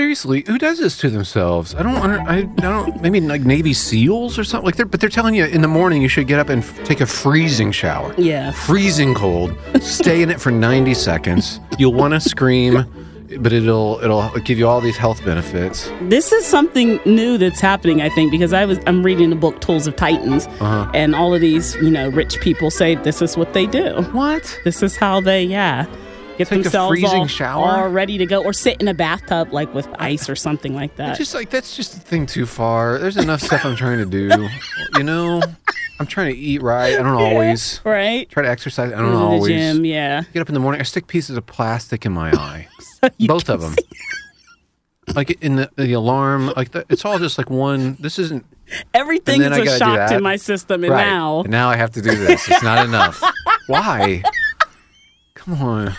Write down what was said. Seriously, who does this to themselves? I don't. under- I, I don't. Maybe like Navy SEALs or something. Like they're, but they're telling you in the morning you should get up and f- take a freezing shower. Yeah. Freezing cold. stay in it for ninety seconds. You'll want to scream, but it'll it'll give you all these health benefits. This is something new that's happening, I think, because I was I'm reading the book Tools of Titans, Uh-huh. and all of these you know rich people say this is what they do. What? This is how they yeah get Take a themselves freezing all, shower? all ready to go, or sit in a bathtub like with ice or something like that. Just like that's just a thing too far. There's enough stuff I'm trying to do. You know, I'm trying to eat right. I don't always right? try to exercise. I Go don't to the always. gym, yeah. get up in the morning, I stick pieces of plastic in my eye, both of them. like in the, the alarm, like the, it's all just like one. This isn't Everything And is then I a gotta do shock to that. my system, and right. now And now I have to do this. It's not enough. Why? Come on.